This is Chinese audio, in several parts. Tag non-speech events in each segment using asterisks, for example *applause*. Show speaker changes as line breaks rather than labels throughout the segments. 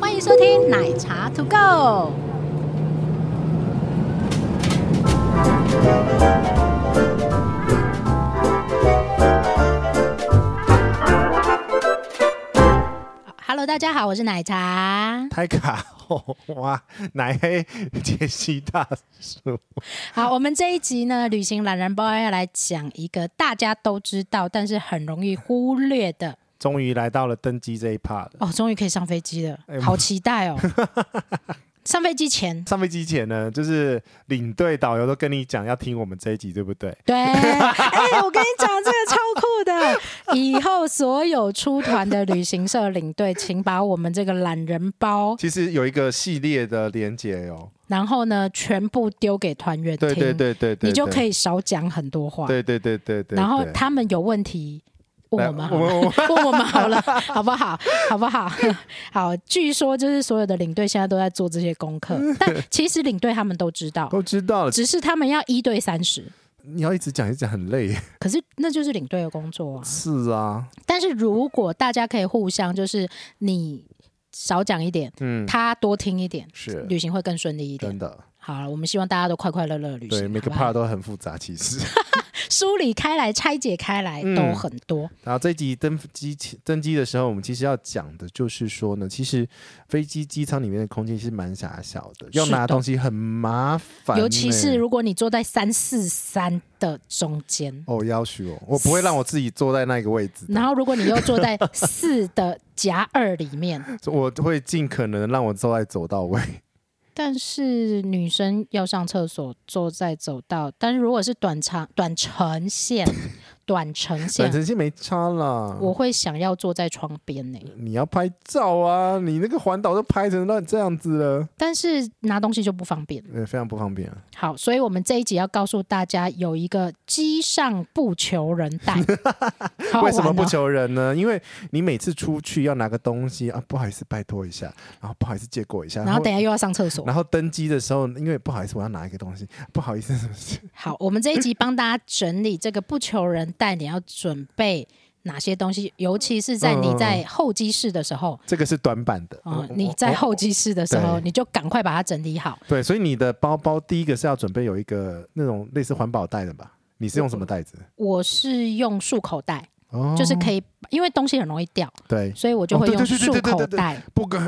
欢迎收听奶茶 To Go。Hello，大家好，我是奶茶。
太卡哦，哇， *laughs* 奶黑杰西大叔， *laughs*
好，我们这一集呢，旅行懒人包要来讲一个大家都知道，但是很容易忽略的
终于来到了登机这一 part 了。
哦。终于可以上飞机了，
哎
好期待哦！上飞机前，
上飞机前呢，就是领队导游都跟你讲要听我们这一集，对不对？
对，哎、我跟你讲，这个超酷的。以后所有出团的旅行社领队，请把我们这个懒人包，
其实有一个系列的连结哦，
然后呢，全部丢给团员听，
对对对对对，
你就可
以，
以少讲很多话。
对对对对对。
然后
对
他们有问题问
来
我们好
我
了，
们
*laughs*
我们
问我们好了，好不好？好不好？ *laughs* 好，据说就是所有的领队现在都在做这些功
*laughs*
课，但其实领队他们都知道，
都知道了，
只是他们要一对三十，
你要一直讲一直讲很累。
可是那就是领队的工作啊。
是啊，
但是如果大家可以互相，就是你少讲一点，
嗯，
他多听一点，
是
旅行会更顺利一点
真。的，
好了，我们希望大家都快快乐乐地旅行，
对，每个
好不好
part 都很复杂，其实。
梳理开来、拆解开来
嗯
都很多。
然后这一集登机前登机的时候，我们其实要讲的就是说呢，其实飞机机舱里面的空间是蛮狭小的，要
是的
拿东西很麻烦呢、欸
尤其是如果你坐在三四三的中间，
哦，要求哦，我不会让我自己坐在那个位置的，
然后如果你又坐在四的夹二里面， *laughs*
我会尽可能让我坐在走道位。
但是女生要上厕所坐在走道，但是如果是短长短程
*laughs*
线，短程
短
线。
程线没差啦，
啊我会想要坐在窗边欸呢、
你要拍照啊，你那个环岛都拍成乱这样子了，
但是拿东西就不方便。
呃，非常不方便、啊。
好，所以我们这一集要告诉大家，有一个机上不求人
*laughs*
带，好好玩哦
为什么不？求人呢？因为你每次出去要拿个东西啊，不好意思，拜托一下，然后不好意思借过一下，
然后等一下又要上厕所。
然后登机的时候，因为不好意思，我要拿一个东西， *laughs* 不好意思，是不是？
好，我们这一集帮大家整理这个不求人带，你要准备哪些东西，尤其是在你在候机室的时候。
这个是短板的。
啊、
我
你在
我
候机室的时候，
哦对
你就赶快把它整理好。
对，所以你的包包第一个是要准备有一个那种类似环保袋的吧？你是用什么袋子？
我是用束口袋，
哦，
就是可以，因为东西很容易掉，
对，
所以我就
哦
会
对
用
对对对
束
对对
口
对对
袋。
不可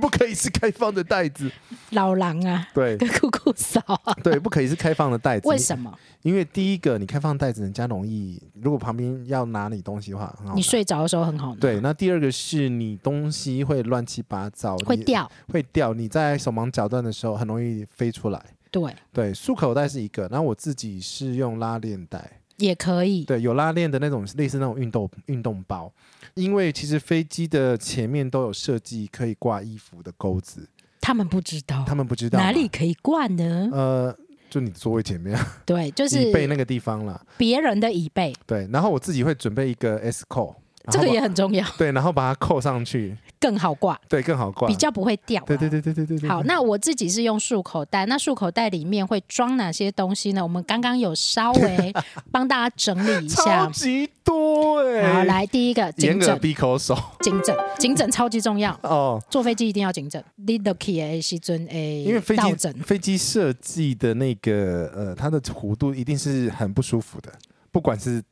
不可以是 *laughs* 开放的袋子，
老狼啊， *laughs*
对
跟酷酷嫂啊，
对，不可以是开放的袋子。
为什么？
因为第一个，你开放袋子，人家容易，如果旁边要拿你东西的话，很好
你
拿
睡着的时候很好拿，
对。那第二个是你东西会乱七八糟，
会
你
掉，
会掉，你在手忙脚乱的时候很容易飞出来。
对，
对，束口袋是一个，然后我自己是用拉链袋，
也可以，
对，有拉链的那种，类似那种运动运动包，因为其实飞机的前面都有设计可以挂衣服的钩子，
他们不知道
他们不知道嘛
哪里？可以灌呢？
呃，就你座位前面，
对，就
椅背
是
那个地方啦，
别人的椅背，这
对，然后我自己会准备一个 S 扣，然后
个
把
也很重要，
对，然后把它扣上去，
更好挂，
对，更好挂，
比较不会掉啊。
对对对对对对对，
好，那我自己是用束口袋，那束口袋里面会装哪些东西呢？我们刚刚有稍
*laughs*
微帮大家整理一
超
下。
级多哎、
好，来第一个
眼
颈
耳
枕，
鼻口手
颈枕，颈枕超级重要。
哦，
坐飞机一定要颈枕 l i t t l key 的时阵诶，
因为飞
倒
机
枕
飞机设计的那个呃，它的弧度一定是很不舒服的。不管是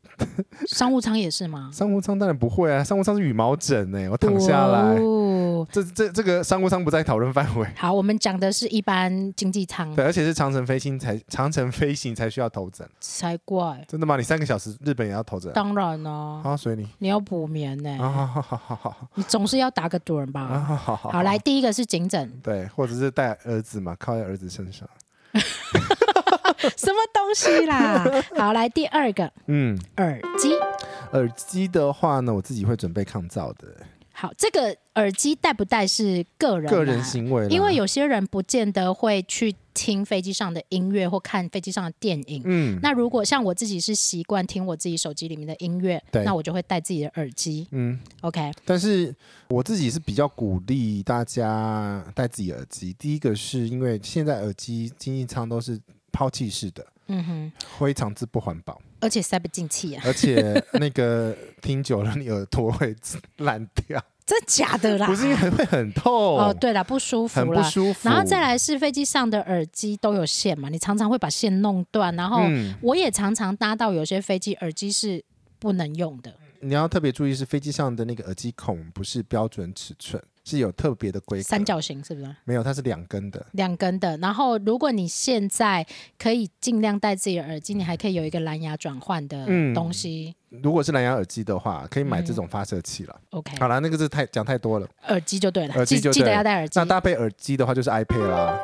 商务舱也是吗？
商务舱，当然不会啊，商务舱是羽毛枕哎、我躺下来。
哦
这这这个商务舱不在讨论范围，
好，我们讲的是一般经济舱，
对，而且是长程飞行才长程飞行才需要头枕，
才怪。
真的吗？你三个小时日本也要头枕？
当然啦、
好，随你。
你要补眠呢、
啊，好好好好好
你总是要打个盹吧。
啊，好好好
好，来，第一个是颈
*laughs*
枕，
对，或者是带儿子嘛，靠在儿子身上。
什么东西啦？ *laughs* 好，来第二个
嗯，
耳机。
耳机的话呢，我自己会准备抗噪的，
好，这个耳机戴不戴是个人
个人
啦
行为啦。
啊因为有些人不见得会去听飞机上的音乐或看飞机上的电影。
嗯
那如果像我自己是习惯听我自己手机里面的音乐，
对
那我就会戴自己的耳机。
嗯，
OK，
但是我自己是比较鼓励大家戴自己的耳机。第一个是因为现在耳机经济舱都是抛弃式的，
嗯哼，
非常之不环保。
而且塞不进气啊，
而且那个听久了，你耳朵会烂掉，
真假的啦？
*laughs* 不是因为会很痛
哦，，对啦，不舒服
很不
啦。
舒服。
然后再来是飞机上的耳机都有线嘛，你常常会把线弄断，然后
嗯，
我也常常搭到有些飞机耳机是不能用的，
你要特别注意是飞机上的那个耳机孔不是标准尺寸，是有特别的规格。
三角形是不是？
没有，它是两根的。
两根的。然后如果你现在可以尽量戴自己的耳机，你还可以有一个蓝牙转换的
嗯
东西。
如果是蓝牙耳机的话，可以买
嗯
这种发射器了。
OK，
好了，那个是太讲太多了。
耳机就对了，
耳机
记
就
记得
对
要戴耳机
那。搭配耳机的话，就是 iPad 啦。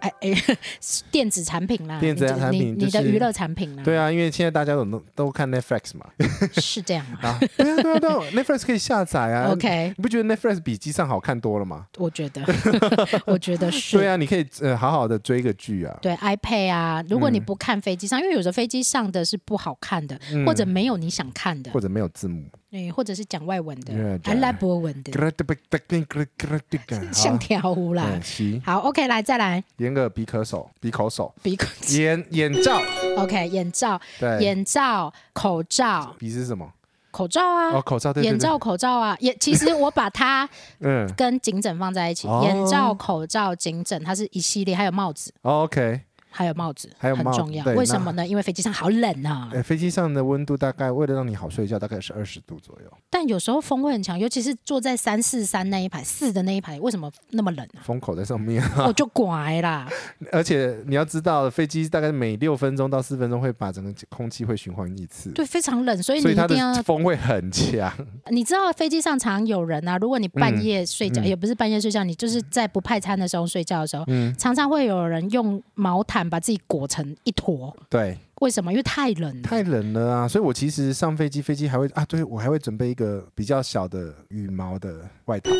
哎哎， *laughs* 电子产品啦，
电子
你这
产品
你
就
你的
是
娱乐产品啦，
对啊，因为现在大家都都看 Netflix
*laughs*
嘛。
是这样
*laughs*
啊。
啊，对啊，对啊，对啊，Netflix 可以下载啊。
OK，
你不觉得 Netflix 比机上好看多了吗？
我觉得， *laughs* 我觉得是。
对啊，你可以呃好好的追个剧啊，
对 iPad 啊，如果你
嗯
不看飞机上，因为有的飞机上的是不好看的，
嗯
或者没有你想看的
或，者没有字幕，
对，或者是讲外文的
对、啊
阿拉伯文的， *laughs* 像 *laughs*
像
跳舞啦
嗯，。吸
好，OK，来再来
严个鼻咳手，鼻口
*laughs*
手，
鼻
*laughs*
孔
眼眼罩，
，OK，眼罩、
对，
眼罩、口罩、
鼻是什么？
口罩啊，
哦，口罩，对，对
眼，罩、口罩啊，眼其实我把它
对嗯
跟颈枕放在一起，
哦
眼罩、口罩、颈枕，它是一系列，还有帽子，
哦，OK，
还有帽子，
还有
很
帽子
重要。
对
为什么呢？因为飞机上好冷啊，
呃，飞机上的温度大概为了让你好睡觉，大概是二十度左右，
但有时候风会很强，尤其是坐在三四三那一排四的那一排，为什么那么冷啊？
风口在上面， *laughs*
我就拐啦，
而且你要知道，飞机大概每六分钟到四分钟会把整个空气会循环一次，
对，非常冷，所以
所
你
以
一
它
定要
的，风会很强。
你知道飞机上常有人啊，如果你半夜睡觉，
嗯
也不是半夜睡觉，你就是在不派餐的时候睡觉的时候，
嗯，
常常会有人用毛毯把自己裹成一坨，
对，
为什么？因为太冷了。
太冷了啊！所以我其实上飞机，飞机还会啊，对我还会准备一个比较小的羽毛的外套，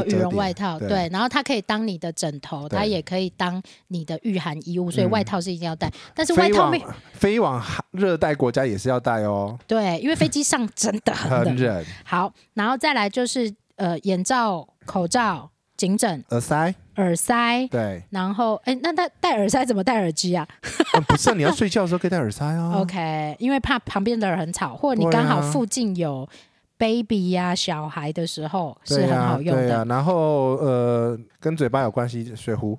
哦，
以折
羽
叠
绒外套，
对
对，然后它可以当你的枕头，
对
它也可以当你的御寒衣物，所以
嗯
外套是一定要带。但是外
飞
套没
往飞往哈热带国家也是要带哦，
对，因为飞机上啊真的很冷
很。冷。
好，然后再来就是呃，眼罩、口罩、颈枕、
耳塞，
耳塞，
对，
然后哎，那戴戴耳塞怎么戴耳机啊、
啊不是啊你要睡觉的时候可以戴耳塞啊。
o k 因为怕旁边的人很吵，或者你
对啊
刚好附近有 baby 呀、小孩的时候是
对
很
啊
好用
对
的。
啊，然后呃，跟嘴巴有关系，水壶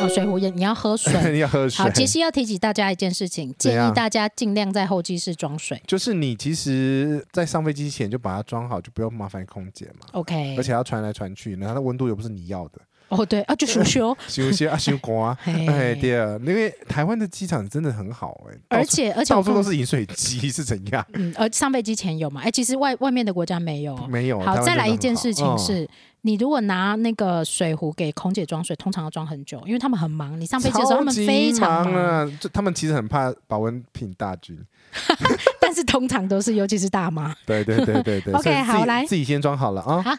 哦，水壶也你要喝水。
你要喝啊 *laughs* 水
好，。杰西要提醒大家一件事情，
怎
建
样
议大家尽量在候机室装水。
就是你其实，在上飞机前就把它装好，就不用麻烦空姐嘛。
OK，
而且要传来传去，然后它温度又不是你要的， *laughs*
哦对啊，就羞羞，
休息啊，休光啊。
嘿
*laughs* 哎，对啊，因为台湾的机场真的很好哎、
而
到处
且而且
到
我
处都
跟
是饮水机，是怎样？
嗯，而上飞机前有嘛？哎，其实外外面的国家没有哦，
没有。台湾
好，
真的
再来一
很
件
好嗯
事情，是，你如果拿那个水壶给空姐装水，通常要装很久，因为他们很忙。你上
嗯
飞机的时候，他们非常
超级
忙，
忙啊，就他们其实很怕保温品大军。
*laughs* 但是通常都是，尤其是大妈。
对对对对
*laughs*
对。
OK，
所以自己
好来
自己先装好了啊
好。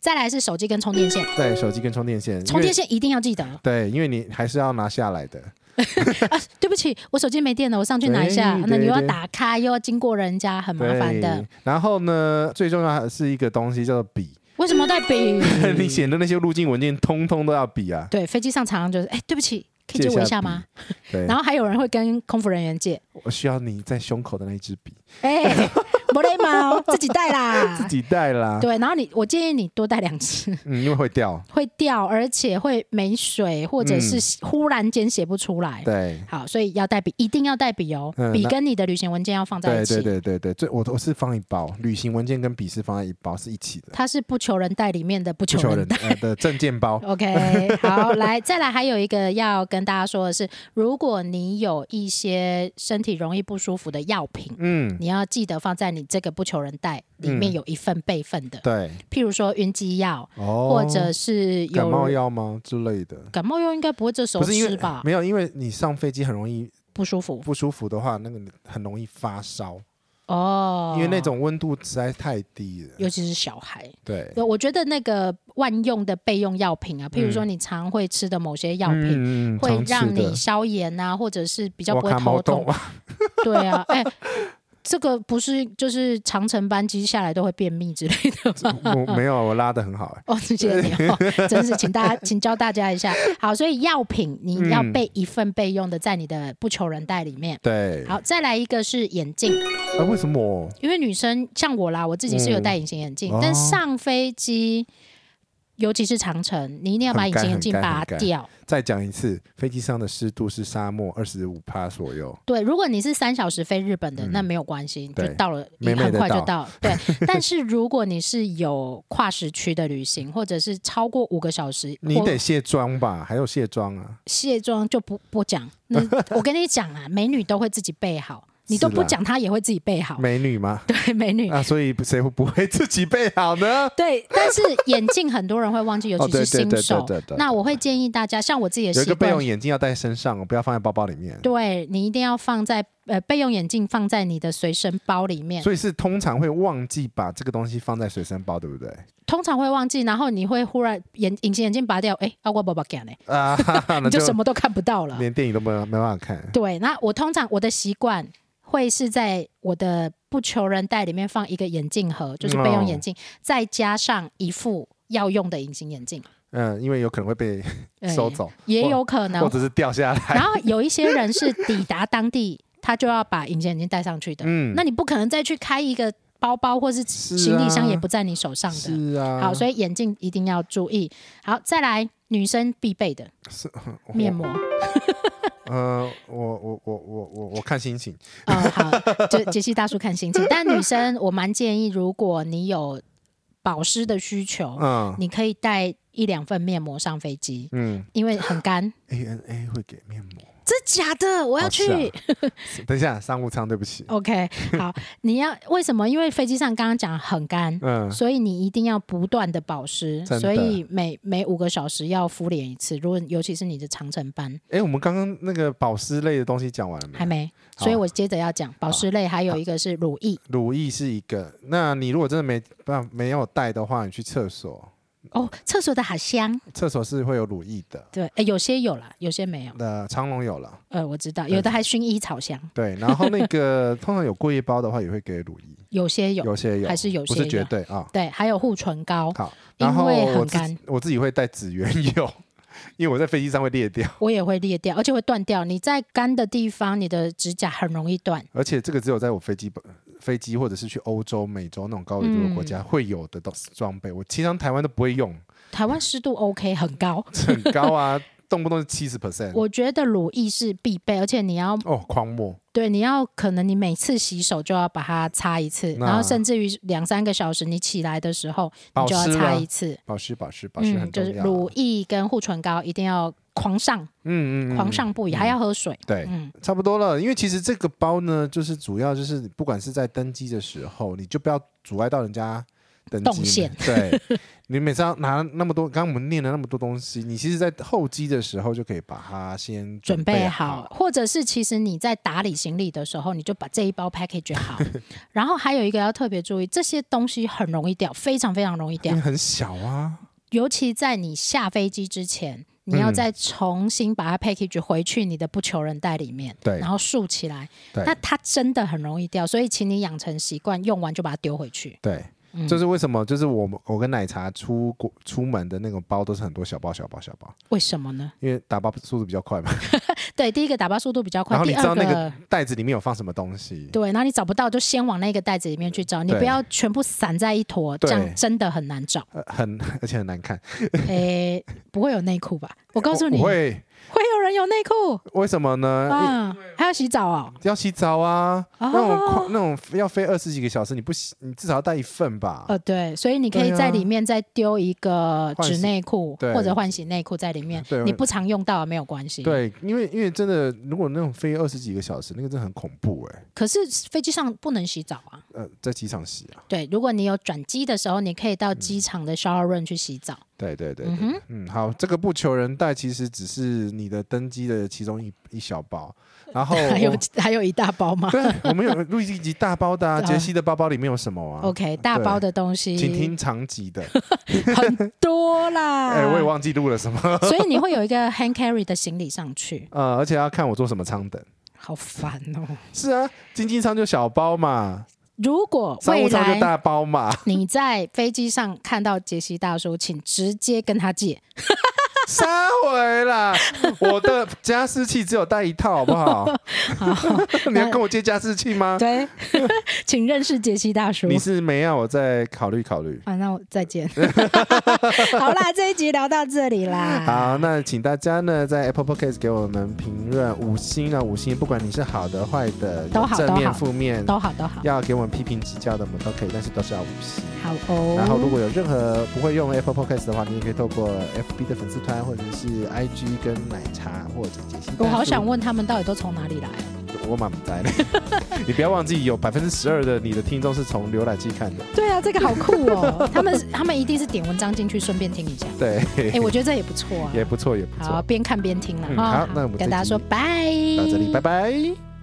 再来是手机跟充电线，
对，手机跟充电
*laughs*
线，
充电
线。
线一定要记得。
对，因为你还是要拿下来的。
对不起，我手机没电了，我上去拿一下，
对
那你又要
对
打开，又要经过人家，很麻烦的
对。。然后呢，最重要的是一个东西叫做
*laughs*
笔，？
为什么带笔
*laughs* 你写的那些入境文件通通都要笔啊。
对飞机上常常就是，哎，对不起，可以借
借
我一
下
下吗？
对
然，后还有人会跟空服人员
*laughs*
借，
我需要你在胸口的那一支笔，
哎，不累吗？自己带
*laughs* 自
啦。
己带啦。
对，然后你，我建议你多带两支。
嗯，因为会掉。
会掉，而且会没水，或者是忽然间写不出来。
嗯对。
好，所以要带笔，一定要带笔哦，
嗯
笔
那
跟你的旅行文件要放在
对
一起。
对对对对，最我我是放一包，旅行文件跟笔是放在一包，是一起的。
它是不求人带里面的不
不
求
求
人
人
带。，
呃的证件包
OK，好，来，再来，还有一个要跟大家说的是，如果你有一些身体容易不舒服的药品，
嗯，
你要记得放在你这个不求人袋里面
嗯
有一份备份的，
对，
譬如说晕机药，
哦，
或者是有
感冒药吗之类的？
感冒药应该不会这时候
不是因
吃
为
吧？
没有，因为你上飞机很容易
不舒服
不舒服的话，那个你很容易发烧，
哦，
因为那种温度实在太低了。
尤其是小孩。
对，
对，我觉得那个万用的备用药品啊，譬如说你常会吃的某些药品，
嗯
会
常吃
让
的
你消炎啊，或者是比较不会 *laughs*
哇卡毛
头痛。
哇
对啊，哎、这个不是就是长城班机下来都会便秘之类的
*laughs*
*laughs* 吗？
我没有，我拉的很好、欸。
哦，谢谢你哦，真是，请大家， *laughs* 请教大家一下。好，所以药品你要备一份备用的，在你的不求人袋里面。
对，
好，再来一个是眼镜，
啊，为什么？
因为女生像我啦，我自己是有戴隐形眼镜，
嗯
但
哦
上飞机，尤其是长城，你一定要把
很
隐
干
形眼
很
镜
干很
拔
干
掉。
再讲一次，飞机上的湿度是沙漠二十五帕左右。
对，如果你是三小时飞日本的，
嗯
那没有关系，就
对
到了，
美美
很
地
快就
到
到。
*laughs*
对，但是如果你是有跨时区的旅行，或者是超过五个小时，
你
或
得卸妆吧？还有卸妆啊？
卸妆就不不讲。
*laughs*
那我跟你讲啊，美女都会自己备好，你都
是
不
啦
讲，她也会自己备好。
美女吗？
对，美
*laughs*
女。
啊，所以谁会不会自己备好呢？
对，但是眼镜很多人会忘记， *laughs* 尤
哦
其
对
是
对
新
对对
手
对对。对
那我会建议大家，像我自己的
有一
习
个备
惯
用，眼镜要戴在身上，不要放在包包里面。
对你一定要放在呃备用眼镜放在你的随身包里面。
所以是通常会忘记把这个东西放在随身包，对不对？
通常会忘记，然后你会忽然眼隐形眼镜拔掉，哎、啊我爸爸干嘞，
啊，哈哈
*laughs* 你
那
就什么都看不到了。
连电影都没有没办法看。
对，那我通常我的习惯会是在我的不求人袋里面放一个眼镜盒，就是备
哦
用眼镜，再加上一副要用的隐形眼镜，
嗯，因为有可能
*laughs*
会被
哎
收走，
也有可
或
能。
者是掉下来。
然后有一些人是抵达当地，他就要把隐形眼镜戴上去的，
嗯
那，你不可能再去开一个包包或是
是
行李箱，
啊
也不在你手上的。
是啊，
好，所
以
以眼镜一定要注意。好，再来女生必备的
哦
面膜。
呃，我我我我我我看心情，
哦，好， *laughs* 就杰西大叔看心情。但女生，我蛮建议，如果你有保湿的需求，
嗯
你可以带一两份面膜上飞机，
嗯
因为很干。
，A N A 会给面膜。
真假的？我要
哦
去。
是啊等一下，商务舱，对不起， *laughs*
OK，好，你要为什么？因为飞机上刚刚讲很干。
嗯，
所以你一定要不断的保湿，
真的
所以每每五个小时要敷脸一次。如果尤其是你的长城斑
哎，我们刚刚那个保湿类的东西讲完了没
还？没，
嗯好
所以我接着要讲保湿类，还有一个是乳液。
乳液是一个，那你如果真的没办没有带的话，你去厕所，
哦，厕所的好香，
厕所是会有乳液的。
对，诶有些有啦，有些没有。
呃，长隆有了，
呃，我知道，有的还薰衣草香，
对，然后那
*laughs*
个通常有过夜包的话，也会给乳液，
有些有，
有些有，
还是有
不
些
是绝
有
对啊。
对，还有护唇膏，
好，
因
然后
为很
我自
干
己我自己会带紫圆油，因为我在飞机上会裂掉，
我也会裂掉，而且会断掉。你在干的地方，你的指甲很容易断。
而且这个只有在我飞机飞机或者是去欧洲、美洲那种高纬度的国
嗯
家会有的东装备，我平常台湾都不会用， *laughs*
台湾湿度 OK 很高，
很高啊，动不动是七十 percent，
我觉得乳液是必备，而且你要
哦，狂魔，
对，你要可能你每次洗手就要把它擦一次，
那
然后甚至于两三个小时你起来的时候，你
保
就要
湿
擦
啊
一次。
保湿保湿保湿
嗯，
很
就
重
是
要啊，
乳液跟护唇膏一定要狂上，
嗯嗯嗯
狂上不已，还要喝水。
对，
嗯
差不多了。因为其实这个包呢，就是主要就是不管是在登机的时候，你就不要阻碍到人家登机。
动线
对，你每次要拿那么多，刚刚我们念了那么多东西，你其实，在后机的时候就可以把它先
准备
备
好，。或者是其实你在打理行李的时候，你就把这一包 package
*laughs*
好。然后还有一个要特别注意，这些东西很容易掉，非常非常容易
因
掉
为，很小啊，
尤其在你下飞机之前，你要
嗯
再重新把它 package 回去你的不求人袋里面，
对
然后竖起来。
对
那它真的很容易掉，所以请你养成习惯，用完就把它丢回去。
对，
嗯
就是为什么，就是我们我跟奶茶出国出门的那种包都是很多小包小包小包，
为什么呢？
因为打包速度比较快嘛。 *laughs*
对，第一个打包速度比较快
然，后
第
你知
二
道那
个
个。袋子里面有放什么东西，
对，然后你找不到就先往那个袋子里面去找，你
对
不要全部散在一坨，这
对
样真的很难
*laughs*
找。
呃很而且很难看。
诶，不会有内裤吧？我告诉你，
我
会
会呃
有人有内裤
为什么呢？
啊，还要洗澡哦。
要洗澡啊，
哦
那种快那种要飞二十几个小时，你不洗，你至少要带一份吧？
呃，对，所以你可以
啊对啊
在里面再丢一个
换
纸
洗
内裤
对
或者换洗内裤在里面
对，
你不常用到没有关系。，
对，因为因为真的，如果那种飞二十几个小时，那个真的很恐怖哎、
可是飞机上不能洗澡啊。
呃，在机场洗啊，
对，如果你有转机的时候，你可以到机场的 shower room 去洗澡。
对对对
嗯
对
哼
嗯，好，这个不求人带其实只是你的登机的其中一一小包，然后
*laughs* 还有
我
还有一大包吗？
哦对，我们有录一集大包的、啊，
*laughs* 对啊
杰西的包包里面有什么啊？
OK，大包的东西，
请听长
*laughs*
集的，
很多啦。
哎、我也忘记录了什么，
所以你会有一个 hand carry 的行李上去，
呃，而且要看我坐什么舱等，
好烦哦。
是啊，经济舱就小包嘛，
如果
商
未
务舱就
来
大
*laughs*
包嘛，
你在飞机上看到杰西大叔，请直接跟他借。
杀
*laughs*
回啦！我的加湿器只有带一套，好不好？ *laughs* 你要跟我借加湿器吗？
对， *laughs* 请认识杰西大叔。
你是没要，我再考虑考虑。
啊，那我再
*laughs*
见。 *laughs* 好啦，这一集聊到这里啦。
好，那请大家呢在 Apple Podcast 给我们评论五星啊，五星，不管你是好的、坏的，
都
有
好
正
都
面、
好
负面，
都好，都好，
要给我们批评指教的，我们都可以，但是都是要五星。
好哦。
然后，如果有任何不会用 Apple Podcast 的话，你也可以透过 FB 的粉丝团，或者是 IG 跟奶茶，或者解析。
我好想，问他们到底都从哪里来？
我满在呢。 *laughs* 你不要忘记，有百分之十二的你的听众是从浏览器看的。
对啊，这个好酷哦。 *laughs* 他们他们一定是点文章进去，顺便听
*laughs*
一下。
对，
哎，我觉得这也不错啊。
也不错，也不
好，
错。
边看边听了
嗯
哈。
好那我们
跟
这
大家
集
说拜，
到这里，拜拜。